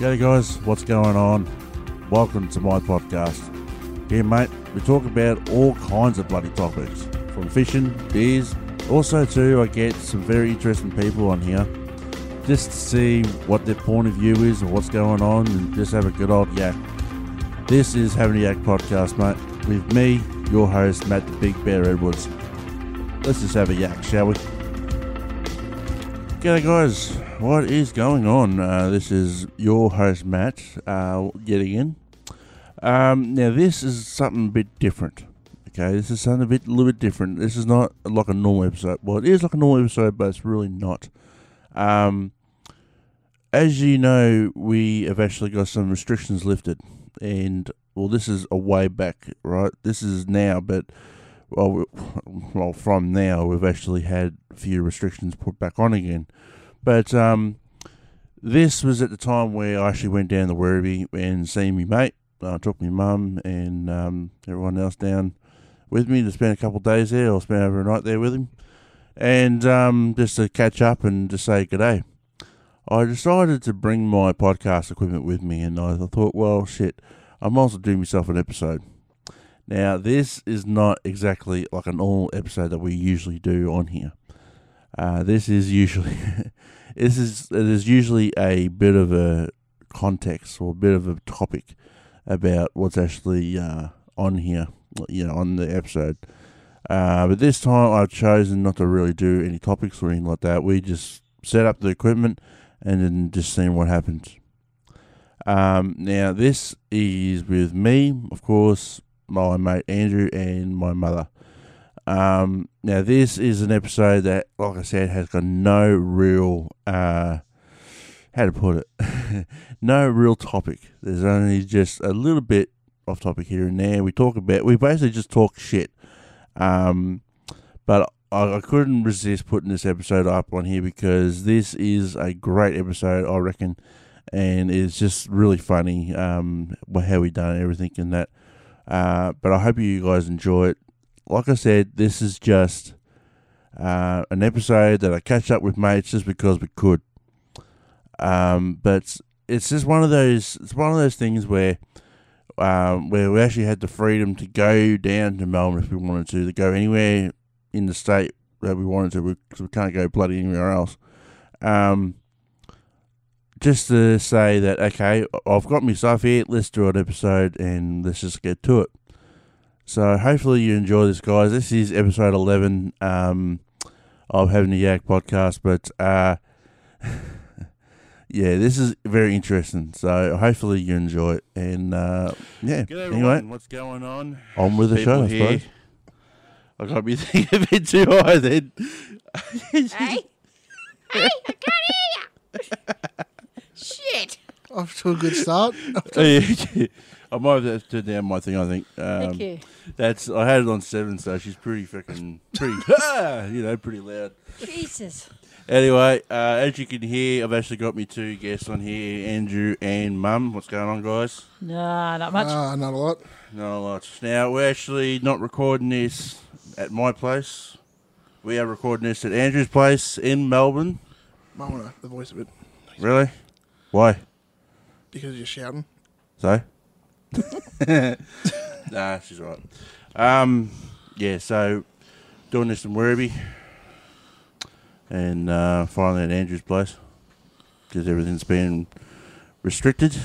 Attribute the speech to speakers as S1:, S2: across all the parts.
S1: G'day, guys. What's going on? Welcome to my podcast. Here, mate, we talk about all kinds of bloody topics, from fishing, beers. Also, too, I get some very interesting people on here just to see what their point of view is or what's going on and just have a good old yak. This is Having a Yak podcast, mate, with me, your host, Matt the Big Bear Edwards. Let's just have a yak, shall we? G'day, guys. What is going on? Uh, this is your host, Matt, uh, yet again. Um, now, this is something a bit different. Okay, this is something a bit, little bit different. This is not like a normal episode. Well, it is like a normal episode, but it's really not. Um, as you know, we have actually got some restrictions lifted, and well, this is a way back, right? This is now, but well, we- well, from now we've actually had a few restrictions put back on again, but um, this was at the time where I actually went down the Werribee and seen me mate. I took my mum and um, everyone else down with me to spend a couple of days there, or spend overnight there with him and um, just to catch up and to say good day. I decided to bring my podcast equipment with me, and I thought, well, shit, I might as well do myself an episode. Now, this is not exactly like a normal episode that we usually do on here. Uh, this is usually this is it is usually a bit of a context or a bit of a topic about what's actually uh, on here, you know, on the episode. Uh, but this time I've chosen not to really do any topics or anything like that. We just set up the equipment and then just seeing what happens. Um, now, this is with me, of course, my mate Andrew, and my mother. Um, now, this is an episode that, like I said, has got no real, uh, how to put it, no real topic. There's only just a little bit off topic here and there. We talk about, we basically just talk shit. Um, but I, I couldn't resist putting this episode up on here because this is a great episode, I reckon, and it's just really funny um, wh- how we done everything and that. Uh, but I hope you guys enjoy it. Like I said, this is just uh, an episode that I catch up with mates just because we could. Um, but it's just one of those. It's one of those things where um, where we actually had the freedom to go down to Melbourne if we wanted to, to go anywhere in the state that we wanted to, because we can't go bloody anywhere else. Um, just to say that, okay, I've got my stuff here, let's do an episode and let's just get to it. So hopefully you enjoy this, guys. This is episode 11 um, of Having a Yak podcast, but uh, yeah, this is very interesting. So hopefully you enjoy it. And uh, yeah,
S2: G'day everyone,
S1: anyway,
S2: what's going on?
S1: on with the show, I suppose.
S2: I got me thinking a bit too high then.
S3: Hey! hey, I can't hear you! Shit!
S4: Off to a good start.
S1: I might have to turn down my thing. I think. Um,
S3: Thank you.
S1: That's I had it on seven, so she's pretty freaking pretty, ah, you know, pretty loud.
S3: Jesus.
S1: Anyway, uh, as you can hear, I've actually got me two guests on here, Andrew and Mum. What's going on, guys?
S3: No, not much.
S4: Ah, not a lot.
S1: Not a lot. Now we're actually not recording this at my place. We are recording this at Andrew's place in Melbourne.
S4: Might want to the voice a bit
S1: Really? Why?
S4: because you're shouting.
S1: So? nah, she's all right. Um, yeah, so doing this in Werribee and uh, finally at Andrew's place because everything's been restricted,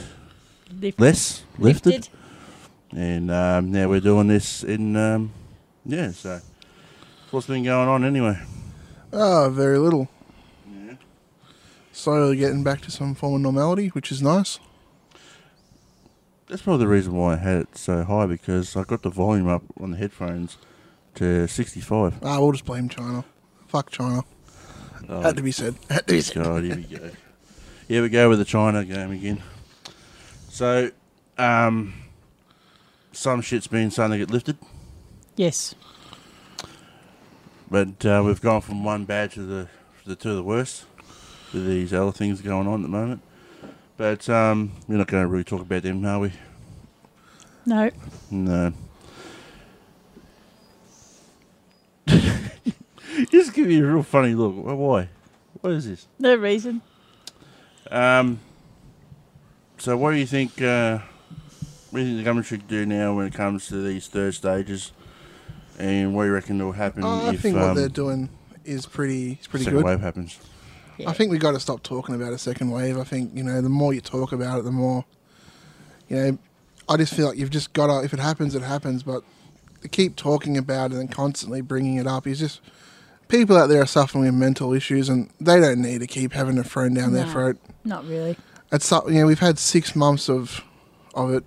S3: Lift-
S1: less, lifted.
S3: lifted.
S1: And um, now we're doing this in, um, yeah, so what's been going on anyway?
S4: Ah, very little. Slowly getting back to some form of normality, which is nice.
S1: That's probably the reason why I had it so high because I got the volume up on the headphones to 65.
S4: Ah, we'll just blame China. Fuck China.
S1: Oh,
S4: Had to be said. Had to be said.
S1: God, here we go. Here we go with the China game again. So, um, some shit's been starting to get lifted,
S3: Yes.
S1: but uh, we've gone from one bad to the to the two of the worst with these other things going on at the moment. But um, we're not going to really talk about them, are we?
S3: No.
S1: No. Just give me a real funny look. Why? What is this?
S3: No reason.
S1: Um, So, what do you think? Uh, what do you think the government should do now when it comes to these third stages? And what do you reckon will happen
S4: Uh, I
S1: if
S4: think what
S1: um,
S4: they're doing is pretty is pretty
S1: second
S4: good.
S1: wave happens?
S3: Yeah.
S4: I think we got to stop talking about a second wave. I think you know the more you talk about it, the more you know. I just feel like you've just got to. If it happens, it happens. But to keep talking about it and constantly bringing it up is just people out there are suffering with mental issues, and they don't need to keep having it thrown down their
S3: No.
S4: throat.
S3: Not really.
S4: At some, you know, we've had six months of of it.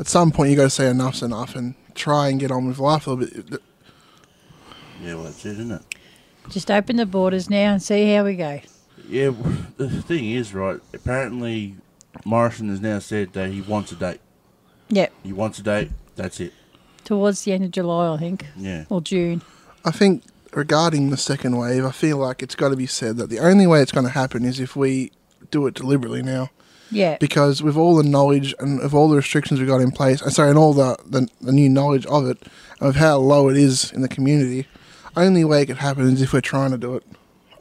S4: At some point, you got to say enough's enough and try and get on with life a little bit.
S1: Yeah, well, that's it, isn't it?
S3: Just open the borders now and see how we go.
S1: Yeah, w- the thing is, right? Apparently, Morrison has now said that he wants a date.
S3: Yep.
S1: He wants a date. That's it.
S3: Towards the end of July, I think,
S1: Yeah.
S3: or June.
S4: I think regarding the second wave, I feel like it's got to be said that the only way it's going to happen is if we do it deliberately now,
S3: Yeah.
S4: because with all the knowledge and of all the restrictions we got in place, and sorry, and all the, the the new knowledge of it, of how low it is in the community, only way it could happen is if we're trying to do it.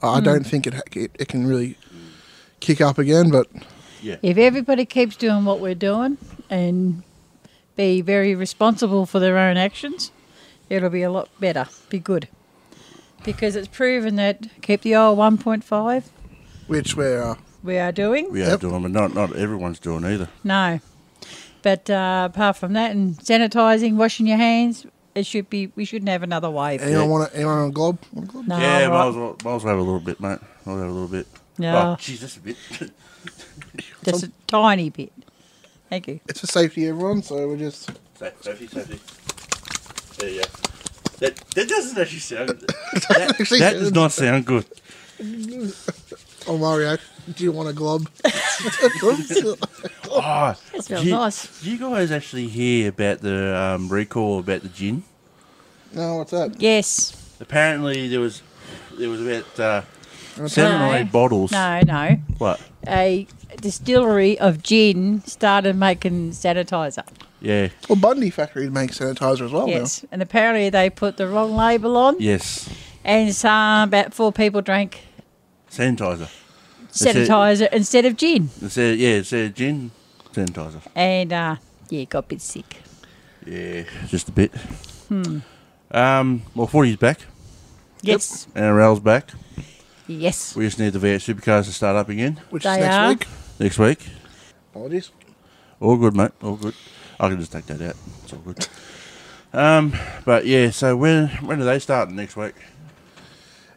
S1: Hmm.
S4: I don't think it, ha- it it can really kick up again, but
S3: if everybody keeps doing what we're doing and be very responsible for their own actions, it'll be a lot better, be good. Because it's proven that keep the old 1.5
S4: which we're uh,
S3: we are doing.
S1: We are
S4: Yep.
S1: doing, but not not everyone's doing either.
S3: No. But uh, apart from that and sanitising, washing your hands, it should be we shouldn't have another wave.
S4: anyone want to anyone on a glob? Want a glob?
S3: No,
S1: yeah,
S3: I'm
S1: might
S3: right.
S1: as well, might as well have a little bit, mate. I'll have a little bit.
S3: No.
S1: Oh, jeez, that's a bit.
S3: just a tiny bit. Thank you.
S4: It's for safety, everyone. So we're just
S1: Sa- Sophie, Sophie. There you go. That, that doesn't actually sound. That,
S4: actually
S1: that does not sound good.
S4: oh Mario, do you want a glob?
S1: Oh,
S3: That smells
S1: you,
S3: nice.
S1: You guys actually hear about the um, recall about the gin?
S4: no, what's that?
S3: Yes.
S1: Apparently, there was there was about uh, seven or
S3: No.
S1: eight bottles.
S3: No, no.
S1: What?
S3: A distillery of gin started making sanitizer.
S1: Yeah.
S4: Well, Bundy Factory makes sanitizer as Oh, well.
S3: Yes, and apparently they put the wrong label on,
S1: Yes.
S3: and some about four people drank
S1: Sanitizer. That's it.
S3: sanitizer instead of gin,
S1: It said, yeah, it said gin, sanitizer.
S3: and uh, yeah, got a bit sick.
S1: Yeah, just a bit.
S3: Hmm.
S1: Um, well, 40's back.
S3: Yes,
S1: NRL's back.
S3: yes,
S1: We just need the V8 supercars to start up again
S4: now, which
S3: They
S4: is next
S3: are.
S4: week.
S1: next week.
S4: Apologies.
S1: All good, mate. All good. I can just take that out. It's all good. Um, but yeah, so when when do they start next week?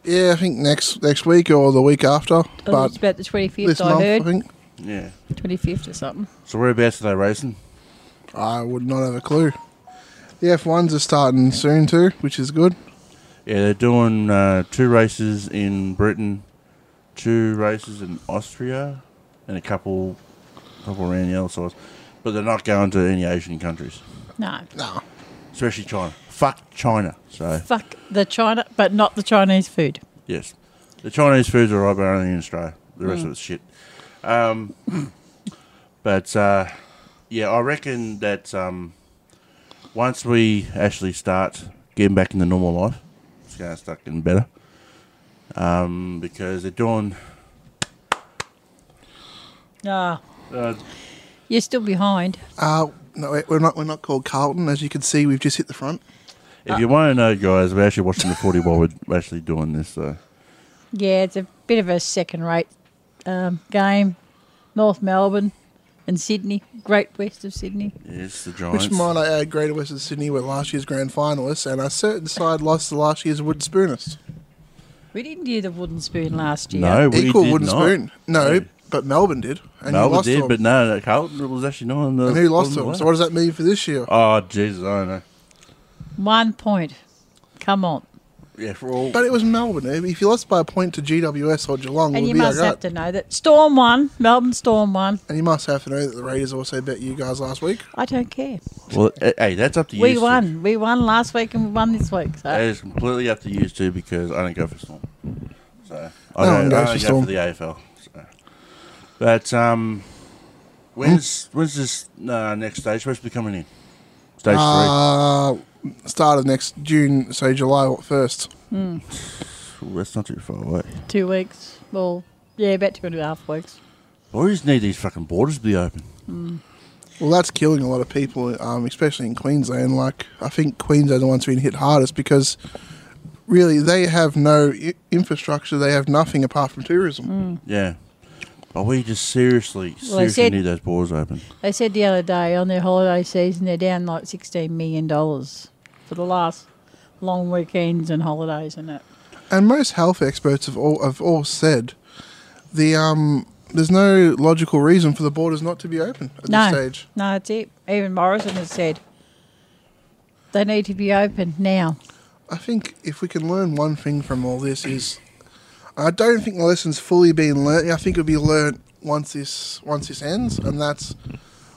S4: Yeah, I think next next week or the week after,
S3: oh, it's
S4: but
S3: about the twenty
S4: this
S3: fifth. I
S4: month I
S3: heard
S4: think
S1: Yeah.
S3: twenty fifth or something.
S1: So whereabouts are they racing?
S4: I would not have a clue. The F ones are starting soon too, which is good.
S1: Yeah, they're doing uh, two races in Britain, two races in Austria, and a couple couple around the other sides. But they're not going to any Asian countries,
S3: No,
S4: No,
S1: especially China. Fuck China. So
S3: fuck the China, but not the Chinese food.
S1: yes, the Chinese food's alright, but only in Australia. The
S4: Hmm.
S1: rest of it's shit. Um, but uh, yeah, I reckon that um, once we actually start getting back into normal life, it's going to start getting better. Um, because they're doing
S3: Ah,
S1: Uh,
S3: you're still behind.
S4: uh, no, we- we're not. We're not called Carlton, as you can see. We've just hit the front. Uh,
S1: if you want to know, guys, we're actually watching the 40 while we're actually doing this. So.
S3: Yeah, it's a bit of a second rate um, game. North Melbourne and Sydney, Great West of Sydney.
S1: It's the Giants.
S4: Which might I add, Greater Western Sydney were last year's grand finalists, and a certain side lost to last year's Wooden Spoonist.
S3: We didn't do the wooden spoon last year.
S1: no, we
S4: Equal
S1: did
S4: Wooden
S1: not.
S4: Spoon. No,
S1: Yeah.
S4: but Melbourne did, and you
S1: Melbourne
S4: lost
S1: did,
S4: to 'em.
S1: but no, no, Carlton was actually not on the.
S4: and who lost to
S1: on
S4: them?
S1: the
S4: So what does that mean for this year?
S1: Oh, Jesus, I don't know.
S3: One point. Come on.
S1: Yeah, for all.
S4: But it was Melbourne. If you lost by a point to GWS or Geelong, it
S3: And
S4: would
S3: you
S4: be like
S3: must have
S4: that.
S3: to know that Storm won. Melbourne Storm won.
S4: And you must have to know that the Raiders also bet you guys last week.
S3: I don't care.
S1: Well, eh, hey, that's up to you.
S3: we
S1: two.
S3: won. We won last week and we won this week. So
S1: That is completely up to you two because I don't go for Storm. So I
S4: No
S1: don't,
S4: one
S1: I
S4: goes
S1: don't
S4: for
S1: go
S4: Storm.
S1: for the AFL. So. But um, when's
S4: Hmm?
S1: when's this uh, next stage supposed to be coming in? Stage
S4: Uh, start of next June, so July 1st.
S1: three. Ooh, that's not too far away.
S3: two weeks. Well, yeah, about two and a half weeks.
S1: I just need these fucking borders to be open.
S4: Well, that's killing a lot of people, um, especially in Queensland. Like, I think Queensland are the ones being hit hardest because really they have no I- infrastructure, they have nothing apart from tourism.
S3: Mm.
S1: Yeah. But we just seriously,
S3: Well, I
S1: seriously
S3: said-
S1: need those borders open.
S3: They said the other day on their holiday season they're down like sixteen million dollars for the last long weekends and holidays and that.
S4: And most health experts have all have all said the um, there's no logical reason for the borders not to be open at
S3: no,
S4: this stage.
S3: no, it's it. Even Morrison has said they need to be open now.
S4: I think if we can learn one thing from all this is, I don't think the lesson's fully been learnt. I think it'll be learnt once this once this ends, and that's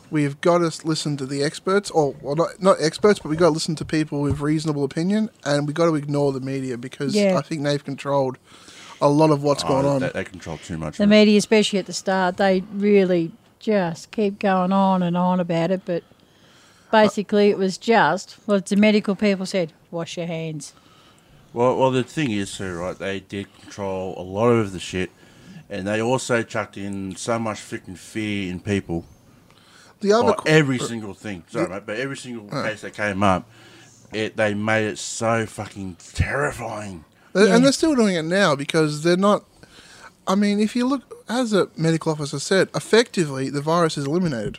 S4: we've got to s- listen to the experts, or well, not not experts, but we've got to listen to people with reasonable opinion, and we've got to ignore the media because
S3: Yeah.
S4: I think they've controlled a lot of what's going
S1: Oh,
S4: on.
S1: They, they control too much.
S3: The
S1: of it.
S3: media, especially at the start, they really just keep going on and on about it. But basically, it was just well, it's the medical people said, wash your hands.
S1: Well, well, the thing is, too, right? They did control a lot of the shit, and they also chucked in so much freaking fear in people.
S4: the other
S1: Like,
S4: qu-
S1: oh, every single thing, sorry, mate, but every single case that came up, it they made it so fucking terrifying.
S4: And- And they're still doing it now because they're not. I mean, if you look, as a medical officer said, effectively the virus is eliminated.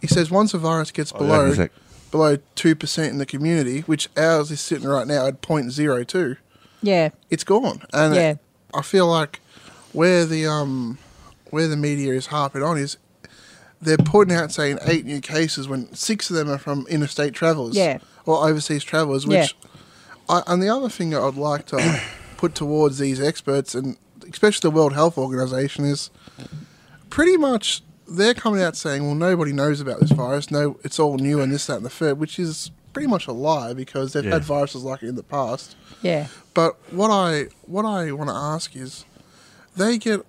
S4: He says once a virus gets
S1: yeah, in a
S4: below
S1: sec.
S4: below two percent in the community, which ours is sitting right now at 0.02,
S3: Yeah,
S4: it's gone. And it-
S3: Yeah.
S4: I feel like where the um where the media is harping on is they're putting out saying eight new cases when six of them are from interstate travelers
S3: Yeah.
S4: or overseas travelers, which
S3: Yeah.
S4: I, and the other thing that I'd like to put towards these experts, and especially the World Health Organization, is pretty much they're coming out saying, "Well, nobody knows about this virus. No, it's all new, and this, that, and the third, which is pretty much a lie because they've
S1: Yeah.
S4: had viruses like it in the past.
S3: yeah,
S4: But what I what I want to ask is, they get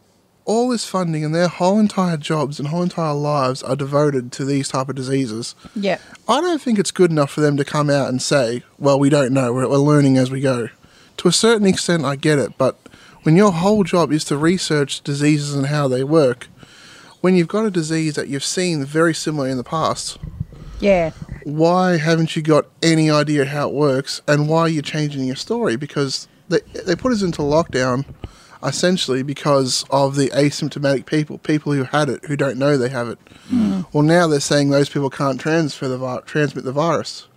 S4: all this funding, and their whole entire jobs and whole entire lives are devoted to these type of diseases.
S3: yeah.
S4: I don't think it's good enough for them to come out and say, well, we don't know, we're, we're learning as we go. To a certain extent, I get it, but when your whole job is to research diseases and how they work, when you've got a disease that you've seen very similar in the past,
S3: Yeah,
S4: why haven't you got any idea how it works and why are you changing your story? Because they, they put us into lockdown essentially because of the asymptomatic people, people who had it who don't know they have it. Well, now they're saying those people can't transfer the vi- transmit the virus.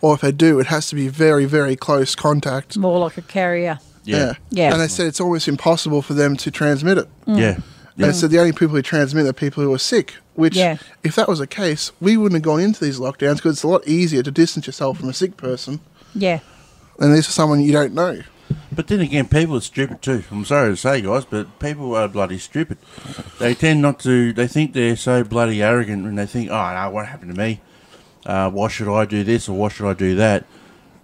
S4: Or if they do, it has to be very, very close contact.
S3: more like a carrier.
S1: Yeah,
S3: Yeah.
S4: And they said it's almost impossible for them to transmit it.
S1: yeah, yeah.
S4: Mm. And so the only people who transmit are people who are sick. Which,
S3: Yeah.
S4: if that was the case, we wouldn't have gone into these lockdowns because it's a lot easier to distance yourself from a sick person
S3: Yeah,
S4: than this is someone you don't know.
S1: But then again, people are stupid too. I'm sorry to say, guys, but people are bloody stupid. They tend not to. They think they're so bloody arrogant, and they think, "Oh no, what happened to me? Uh, why should I do this or why should I do that?"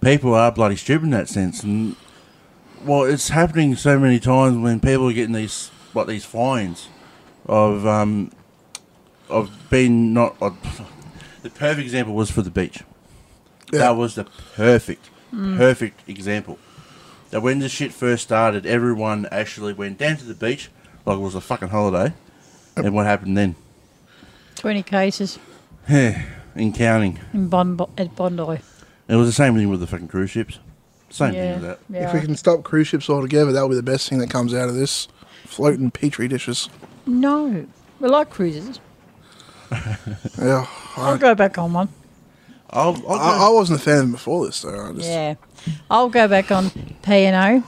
S1: People are bloody stupid in that sense, and well, it's happening so many times when people are getting these like these fines of um of being not. Of, the perfect example was for the beach.
S4: Yeah.
S1: That was the perfect, perfect example. That when the shit first started, everyone actually went down to the beach like it was a fucking holiday. And what happened then?
S3: twenty cases
S1: In counting.
S3: in Bond at Bondi.
S1: It was the same thing with the fucking cruise ships. Same
S3: yeah,
S1: thing with that.
S3: yeah.
S4: If we can stop cruise ships altogether, that'll be the best thing that comes out of this. Floating petri dishes.
S3: No, we like cruises.
S4: Yeah,
S3: I'll
S4: I,
S3: go back on one.
S1: I'll, I'll
S4: I,
S1: go-
S4: I wasn't a fan of them before this, though. I just,
S3: Yeah, I'll go back on P and O.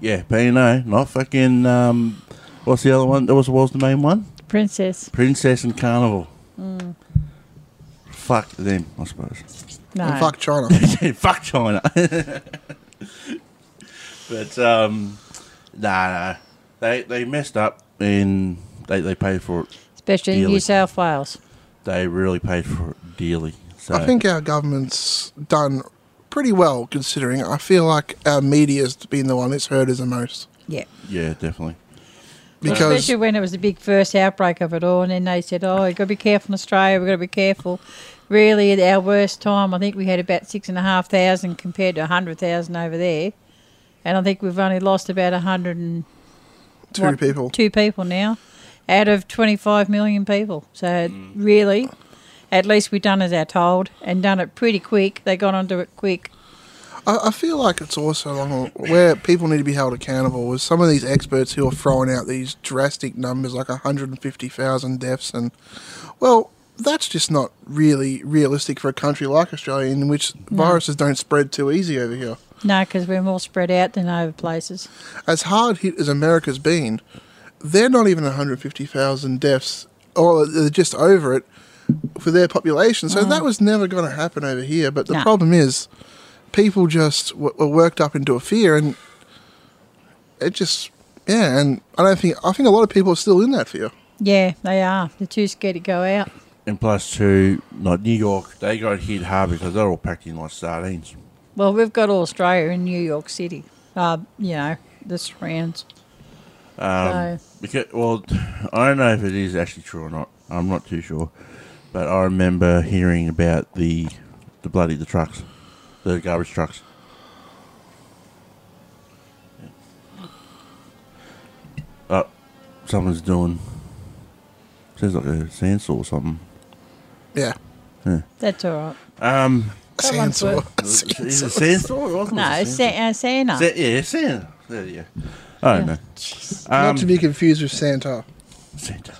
S1: yeah, P&O, not fucking. Um, what's the other one? That was, what was the main one?
S3: Princess.
S1: Princess and Carnival. Fuck them, I suppose.
S3: No.
S4: And fuck China.
S1: fuck China. but um, nah, nah, they they messed up and they they paid for it.
S3: Especially in
S1: Really.
S3: New South Wales.
S1: They really paid for it dearly. So
S4: I think our government's done pretty well considering. I feel like our media's been the one that's hurt us the most.
S3: Yeah.
S1: yeah, definitely.
S4: Because
S3: Especially when it was the big first outbreak of it all, and then they said, "Oh, you've got to be careful in Australia. We've got to be careful." Really, at our worst time, I think we had about six and a half thousand compared to a hundred thousand over there, and I think we've only lost about a hundred and
S4: two
S3: what,
S4: people.
S3: Two people now, out of 25 million people. So
S1: Mm.
S3: really, at least we done as they're told and done it pretty quick. They got onto it quick.
S4: I, I feel like it's also along the- where people need to be held accountable is some of these experts who are throwing out these drastic numbers like 150,000 deaths and well that's just not really realistic for a country like Australia in which viruses don't spread too easy over here.
S3: No, because we're more spread out than over places.
S4: As hard hit as America's been, they're not even 150,000 deaths or they're just over it for their population. So that was never going to happen over here, but the
S3: Mm-hmm. No.
S4: problem is people just w- were worked up into a fear and it just yeah, and I don't think I think a lot of people are still in that fear.
S3: Yeah, they are. They're too scared to go out.
S1: And plus two, like New York, they got hit hard because they're all packed in like sardines.
S3: Well, we've got all Australia and New York City. Uh, you know, the surrounds.
S1: Um,
S3: So-
S1: because, well, I don't know if it is actually true or not. I'm not too sure, but I remember hearing about the the bloody the trucks, the garbage trucks. Oh, someone's doing. Sounds like a sandsaw or something.
S4: Yeah.
S3: That's all right.
S1: Um,
S4: A
S3: That one's
S4: sandsaw.
S3: worth-
S4: A
S1: is it a
S4: sandsaw.
S1: sandsaw? It wasn't
S3: No,
S1: a
S3: it's Sa- uh, Santa.
S1: Sa- yeah, sand. There you go. I don't know. Um,
S4: Not to be confused with Santa.
S1: Santa.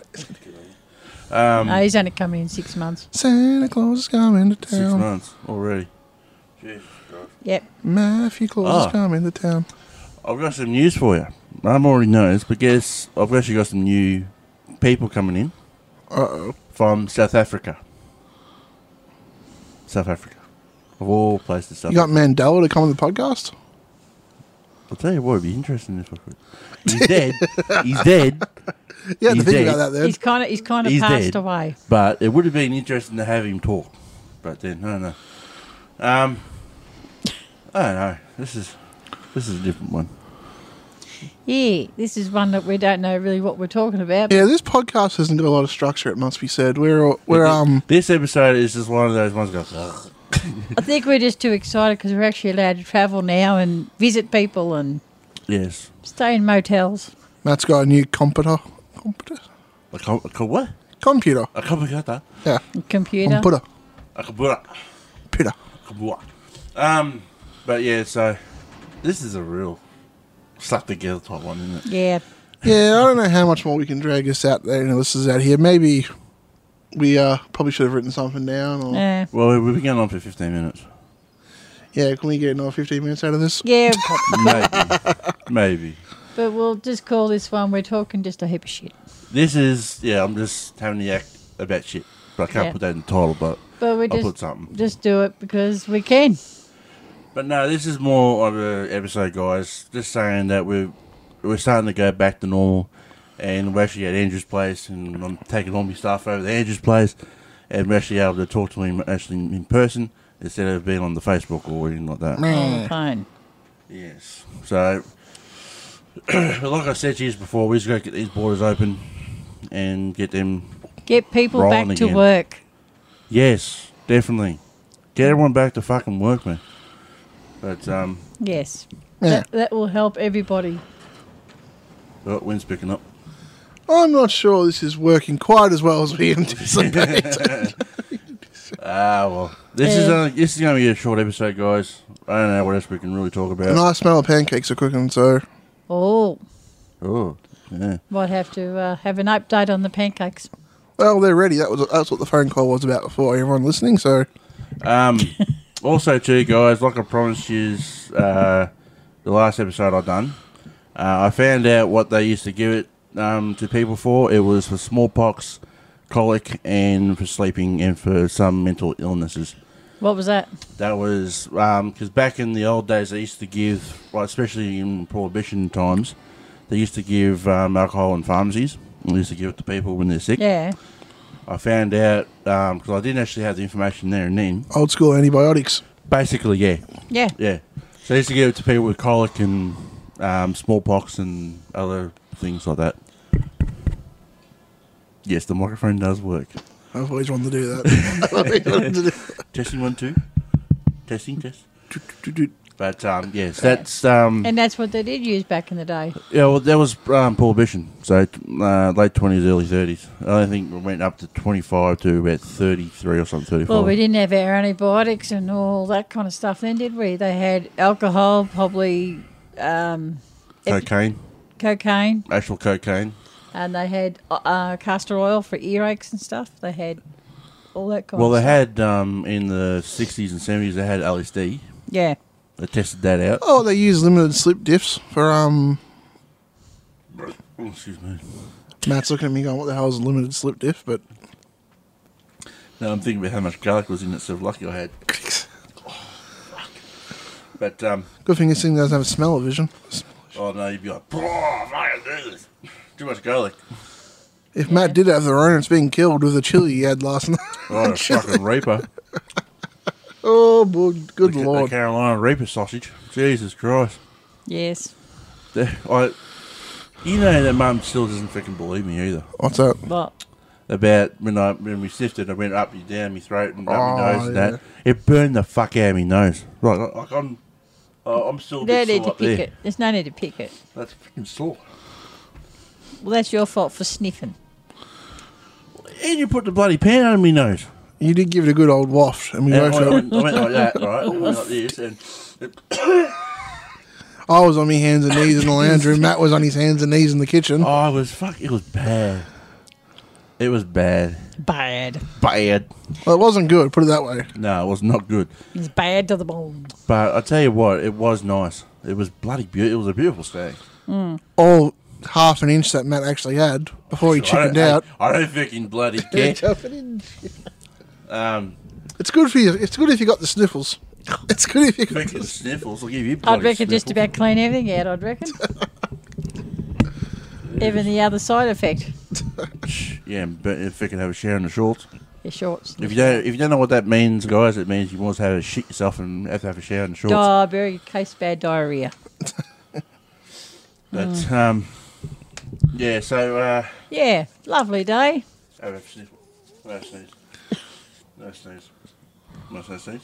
S1: Um,
S3: no, he's only come in six months.
S4: Santa Claus is coming to
S1: Six
S4: town.
S1: months already. Jesus Christ.
S3: Yep.
S4: Matthew Claus
S1: Ah.
S4: is coming to town.
S1: I've got some news for you. I'm already knows, but guess I've actually got some new people coming in
S4: Uh oh.
S1: from South Africa. South Africa. Of all places, South
S4: You got
S1: Africa.
S4: Mandela to come on the podcast?
S1: I'll tell you what, it'd be interesting if I could. He's dead. He's dead.
S4: Yeah, the
S1: He's
S4: video
S1: dead.
S4: about that then.
S3: He's kind of he's kind of
S1: He's
S3: passed
S1: dead.
S3: away.
S1: But it would have been interesting to have him talk. But then, I don't know. Um, I don't know. This is, this is a different one.
S3: Yeah, this is one that we don't know really what we're talking about.
S4: Yeah, this podcast hasn't got a lot of structure. It must be said. We're all- we're um
S1: This episode is just one of those ones that goes, "Ugh."
S3: I think we're just too excited because we're actually allowed to travel now and visit people and
S1: yes.
S3: stay in motels.
S4: Matt's got a new computer. Computer.
S1: A, co- a co- what?
S4: Computer.
S1: A computer.
S4: Yeah.
S3: and Computer.
S4: Computer.
S1: A computer.
S4: Computer.
S1: Kabwa. Um, but yeah, so this is a real slap together type one, isn't it?
S3: Yeah.
S4: Yeah, I don't know how much more we can drag this out there and this is out here. Maybe we uh probably should have written something down or
S3: Uh,
S1: Well, we've been going on for 15 minutes.
S4: yeah, can we get another fifteen minutes out of this?
S3: yeah. but-
S1: Maybe. Maybe.
S3: but we'll just call this one. We're talking just a heap of shit.
S1: This is, yeah, I'm just having the act about shit. But I can't
S3: Yeah.
S1: put that in the title, but
S3: But we
S1: I'll
S3: just
S1: put something.
S3: just do it because we can.
S1: But no, this is more of a episode, guys. Just saying that we're, we're starting to go back to normal. And we're actually at Andrew's place, and I'm taking all my stuff over to Andrew's place. And we're actually able to talk to him actually in person instead of being on the Facebook or anything like that.
S3: on the
S4: Mm.
S3: phone.
S1: Yes. So, like I said to you before, we just got to get these borders open and get them.
S3: Get people
S1: Rolling
S3: back to
S1: again.
S3: work.
S1: Yes, definitely. Get everyone back to fucking work, man. But um,
S3: Yes.
S4: Yeah.
S3: That, that will help everybody.
S1: oh, wind's picking up.
S4: I'm not sure this is working quite as well as we anticipated.
S1: Ah, well, this is
S3: Yeah.
S1: only, this is going to be a short episode, guys. I don't know what else we can really talk
S4: and
S1: about.
S4: I smell of pancakes are cooking, so
S3: Oh,
S1: Oh, yeah.
S3: might have to uh, have an update on the pancakes.
S4: well they're ready. That was that's what the phone call was about before. Everyone listening, so
S1: Um, also, too, guys, like I promised you, uh, the last episode I done, uh, I found out what they used to give it um, to people for. It was for smallpox, colic, and for sleeping, and for some mental illnesses.
S3: What was that?
S1: That was because back in the old days, they used to give, well, especially in prohibition times, they used to give um, alcohol in pharmacies. They used to give it to people when they're sick.
S3: Yeah.
S1: I found out because I didn't actually have the information there and then.
S4: old school antibiotics.
S1: Basically, yeah,
S3: Yeah.
S1: yeah. So they used to give it to people with colic and um, smallpox and other things like that. Yes, the microphone does work.
S4: I've always wanted to do that. I've always wanted to do
S1: Testing one, two. Testing, test.
S4: Do, do, do, do.
S1: But um, yes, that's um,
S3: And that's what they did use back in the day.
S1: yeah. Well, that was um, prohibition, so uh, late twenties, early thirties. I don't think we went up to twenty five to about thirty three or something. Thirty four.
S3: Well, we didn't have our antibiotics and all that kind of stuff then, did we? They had alcohol, probably um, it-
S1: cocaine,
S3: cocaine,
S1: actual cocaine.
S3: and they had uh, uh, castor oil for earaches and stuff. They had all that kind
S1: Well, they
S3: of stuff.
S1: had um, in the sixties and seventies. They had LSD.
S3: Yeah.
S1: They tested that out.
S4: Oh, they use limited slip diffs for um.
S1: Oh, excuse me.
S4: Matt's looking at me going, "What the hell is a limited slip diff?" But
S1: No, I'm thinking about how much garlic was in it. So lucky I had. But um,
S4: good thing this thing doesn't have a smell of vision.
S1: oh no, you'd be like, "Bruh, I can't do this. Too much garlic.
S4: If Matt did have the Rona, it's being killed with the chili he had last night.
S1: Oh, a fucking reaper.
S4: oh, boy, good
S1: the, the
S4: lord!
S1: Carolina Reaper sausage. Jesus Christ.
S3: Yes.
S1: The- I, you know that mum still doesn't fucking believe me either.
S4: What's that?
S3: Well,
S1: About when I when we sifted, I went up and down my throat and up my
S4: Oh,
S1: nose and
S4: yeah.
S1: that. It burned the fuck out of my nose. Right, like, like I'm, oh, I'm still a
S3: no
S1: bit
S3: need
S1: sore
S3: to
S1: up
S3: pick
S1: there.
S3: it. There's no need to pick it.
S1: That's fucking sore.
S3: Well, that's your fault for sniffing.
S1: And you put the bloody pan on my nose.
S4: You did give it a good old waft, and we
S1: And
S4: both.
S1: I,
S4: felt-
S1: went, I went like that, right? I went like this and it,
S4: I was on my hands and knees in the lounge room. Matt was on his hands and knees in the kitchen.
S1: oh, it was fuck. It was bad. It was bad.
S3: Bad.
S1: Bad.
S4: Well, it wasn't good. Put it that way.
S1: No, it was not good.
S3: It's bad to the bone.
S1: But I tell you what, it was nice. It was bloody beautiful. It was a beautiful steak.
S4: All half an inch that Matt actually had before he
S1: I
S4: chickened
S1: don't-
S4: out.
S1: I, I don't fucking bloody care.
S4: Half an inch.
S1: Um,
S4: It's good for you. It's good if you got the sniffles. It's good if you got
S1: speaking
S4: the
S1: of
S4: sniffles.
S1: sniffles, I'll give you.
S3: I'd
S1: bloody
S3: reckon just
S1: sniffles.
S3: about clean everything out, I'd reckon. Even the other side effect.
S1: Yeah, but if we can have a share in the shorts.
S3: Your shorts.
S1: If you don't, if you don't know what that means, guys, it means you must have to shit yourself and have to have a shower in the shorts.
S3: Oh, very case bad diarrhea. Mm.
S1: But um, yeah. So uh,
S3: Yeah, lovely day.
S1: have a sniffle. No sneeze. No sneeze. No sneeze.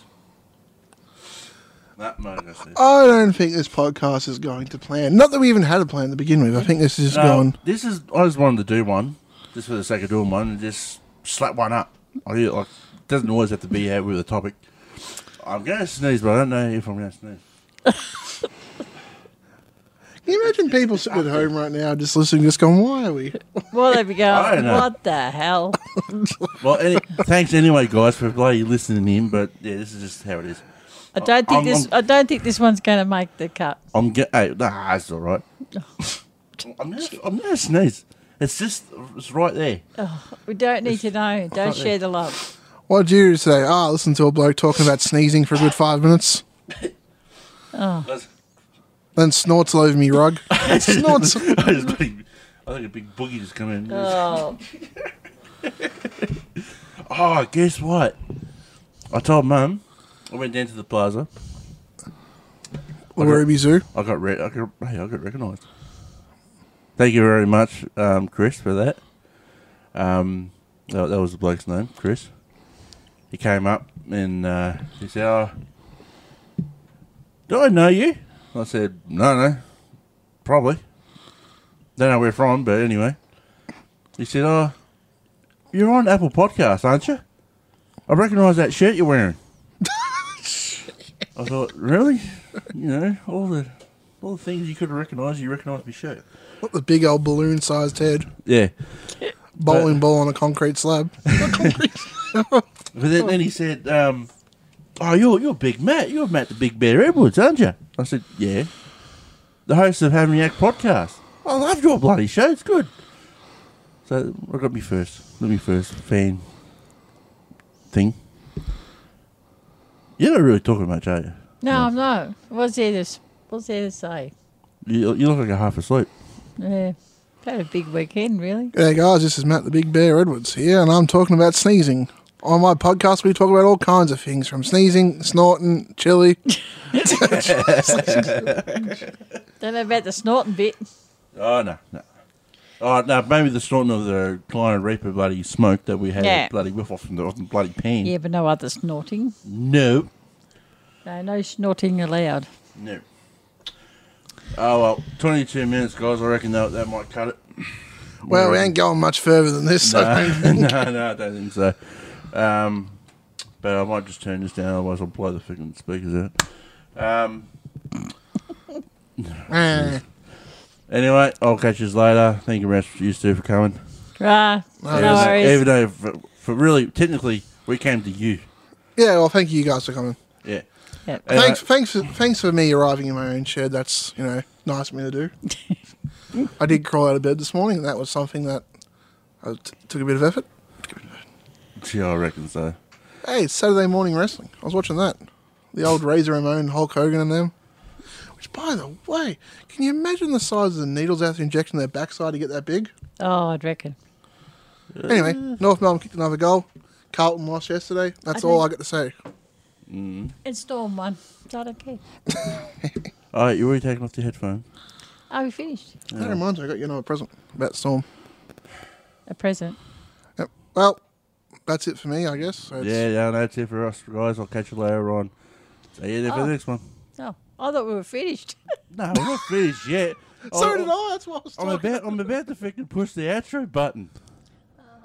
S1: No, no, no sneeze.
S4: I don't think this podcast is going to plan. Not that we even had a plan to begin with. I think this is just
S1: No,
S4: going.
S1: This is I just wanted to do one, just for the sake of doing one, and just slap one up. I feel like it doesn't always have to be out with a topic. I'm going to sneeze, but I don't know if I'm going to sneeze.
S4: Can you imagine people sitting at home right now just listening, just going, why are we?
S3: Well, there we
S1: I
S3: go.
S1: know.
S3: What the hell?
S1: Well, any, thanks anyway, guys, for bloody listening in. But yeah, this is just how it is.
S3: I don't think
S1: I'm-
S3: this.
S1: I'm-
S3: I don't think this one's going to make the cut.
S1: I'm get. Hey, nah, it's all right. I'm going to I'm gonna sneeze. It's just it's right there.
S3: We don't need to know. Don't share the love.
S4: What did you do today? Ah, listen to a bloke talking about sneezing for a good five minutes,
S1: That's-
S4: then snorts all over me rug. snorts.
S1: I, just bloody- I think a big boogie just come in.
S3: Oh,
S1: Oh, guess what? I told mum. I went down to the plaza.
S4: Werribee Zoo.
S1: I got re- I got hey, I got recognised. Thank you very much, um, Chris, for that. Um, that, that was the bloke's name, Chris. He came up and uh, he said, oh, "Do I know you?" I said, "No, no, probably. Don't know where from, but anyway." He said, "Oh, you're on Apple Podcasts, aren't you? I recognise that shirt you're wearing." I thought, really? You know, all the all the things you could have recognised, you recognised my shirt.
S4: What the big old balloon sized head.
S1: Yeah.
S4: Bowling ball on a concrete slab.
S1: But then, then he said, um, "Oh, you're you're Big Matt. You're Matt the Big Bear Edwards, aren't you?" I said, "Yeah." The host of Having Yak podcast. I love your bloody show. It's good. So I got me first. Let me first fan thing. You're not really talking much, are you?
S3: no, I'm not. What's there to? What's there to say?
S1: You, you look like you're half asleep.
S3: Yeah, had a big weekend, really.
S4: Hey guys, this is Matt the Big Bear Edwards here, and I'm talking about sneezing. On my podcast, we talk about all kinds of things from sneezing, snorting, chili.
S3: Don't know about the snorting bit.
S1: Oh no, no. Oh no, maybe the snorting of the Carolina Reaper bloody smoke that we had
S3: Yeah.
S1: bloody whiff off from the, off the bloody pan.
S3: Yeah, but no other snorting.
S1: No.
S3: No, no snorting allowed.
S1: No. Oh well, 22 minutes, guys. I reckon that that might cut it.
S4: Well, we ain't going much further than this. So I
S1: no,
S4: think-
S1: no, no, I don't think so. Um, but I might just turn this down, otherwise I'll blow the freaking speakers out. Um,
S4: Eh,
S1: anyway, I'll catch you later. Thank you very much, you two, for coming.
S3: Ah,
S4: No,
S3: no
S1: even,
S4: it's-
S3: worries.
S1: even though, for, for really, technically, we came to you.
S4: yeah, well, thank you guys for coming.
S1: Yeah.
S3: Yep.
S1: Anyway,
S4: Thanks, thanks, for, thanks for me arriving in my own shed. That's you know nice of me to do. I did crawl out of bed this morning, and that was something that I t- took a bit of effort.
S1: Yeah, I reckon so.
S4: Hey, it's Saturday morning wrestling. I was watching that, the old Razor Ramon, Hulk Hogan, and them. Which, by the way, can you imagine the size of the needles out there injecting their backside to get that big?
S3: Oh, I'd reckon.
S4: Anyway, North Melbourne kicked another goal. Carlton lost yesterday. That's all I
S3: think-
S4: got to say.
S3: It's Storm one, so I don't care.
S1: All right, you already taken off the headphone.
S3: Are we finished?
S4: That reminds me, I got you another present about Storm.
S3: A present.
S4: Yep. Well, that's it for me, I guess. So it's-
S1: Yeah, yeah, that's it for us, guys. I'll catch you later on. See you there for
S3: Oh.
S1: the next one.
S3: Oh, I thought we were finished.
S1: No, we're not finished yet.
S4: So
S1: I'll-
S4: did I. That's what I was
S1: I'm
S4: talking
S1: about, I'm about to freaking push the outro button.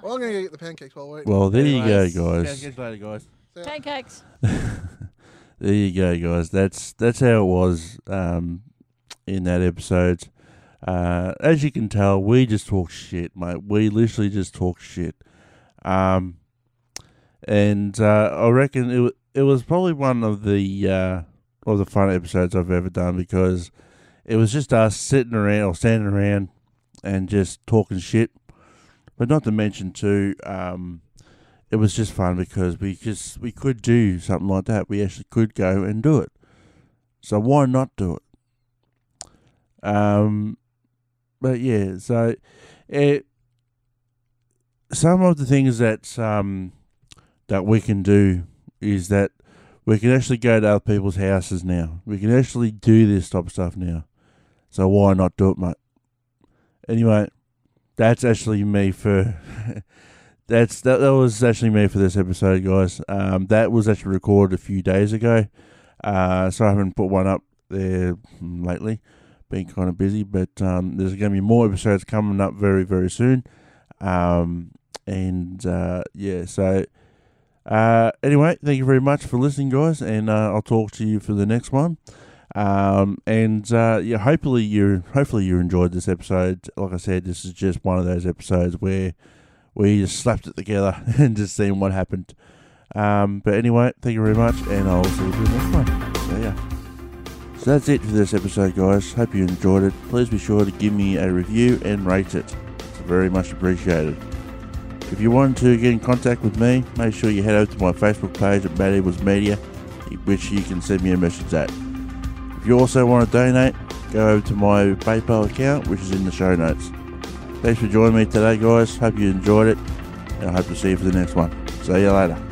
S4: Well, I'm going to go get the pancakes while I wait.
S1: Well, there
S2: Anyways,
S1: you go,
S2: catch
S1: guys.
S2: you later, guys.
S3: Pancakes.
S1: There you go, guys. That's that's how it was um, in that episode. Uh, as you can tell, we just talk shit, mate. We literally just talk shit. Um, and uh, I reckon it wa- it was probably one of the uh, of the fun episodes I've ever done because it was just us sitting around or standing around and just talking shit. But not to mention too, um, it was just fun because we just we could do something like that. We actually could go and do it. So why not do it? Um, but yeah, so it some of the things that um that we can do is that we can actually go to other people's houses now. We can actually do this type of stuff now. So why not do it, mate? Anyway, that's actually me for that's that, that was actually me for this episode, guys. Um, that was actually recorded a few days ago, uh, so I haven't put one up there lately. Been kind of busy, but um, there's going to be more episodes coming up very very soon. Um, and uh, yeah, so uh, anyway, thank you very much for listening, guys, and uh, I'll talk to you for the next one. Um, and uh, yeah, hopefully you hopefully you enjoyed this episode. Like I said, this is just one of those episodes where we just slapped it together and just seen what happened. Um, but anyway, thank you very much, and I'll see you for the next one. See ya. So that's it for this episode, guys. Hope you enjoyed it. Please be sure to give me a review and rate it. It's very much appreciated. If you want to get in contact with me, make sure you head over to my Facebook page at Matt Edwards Media, which you can send me a message at. If you also want to donate, go over to my PayPal account, which is in the show notes. Thanks for joining me today, guys. Hope you enjoyed it, and I hope to see you for the next one. See you later.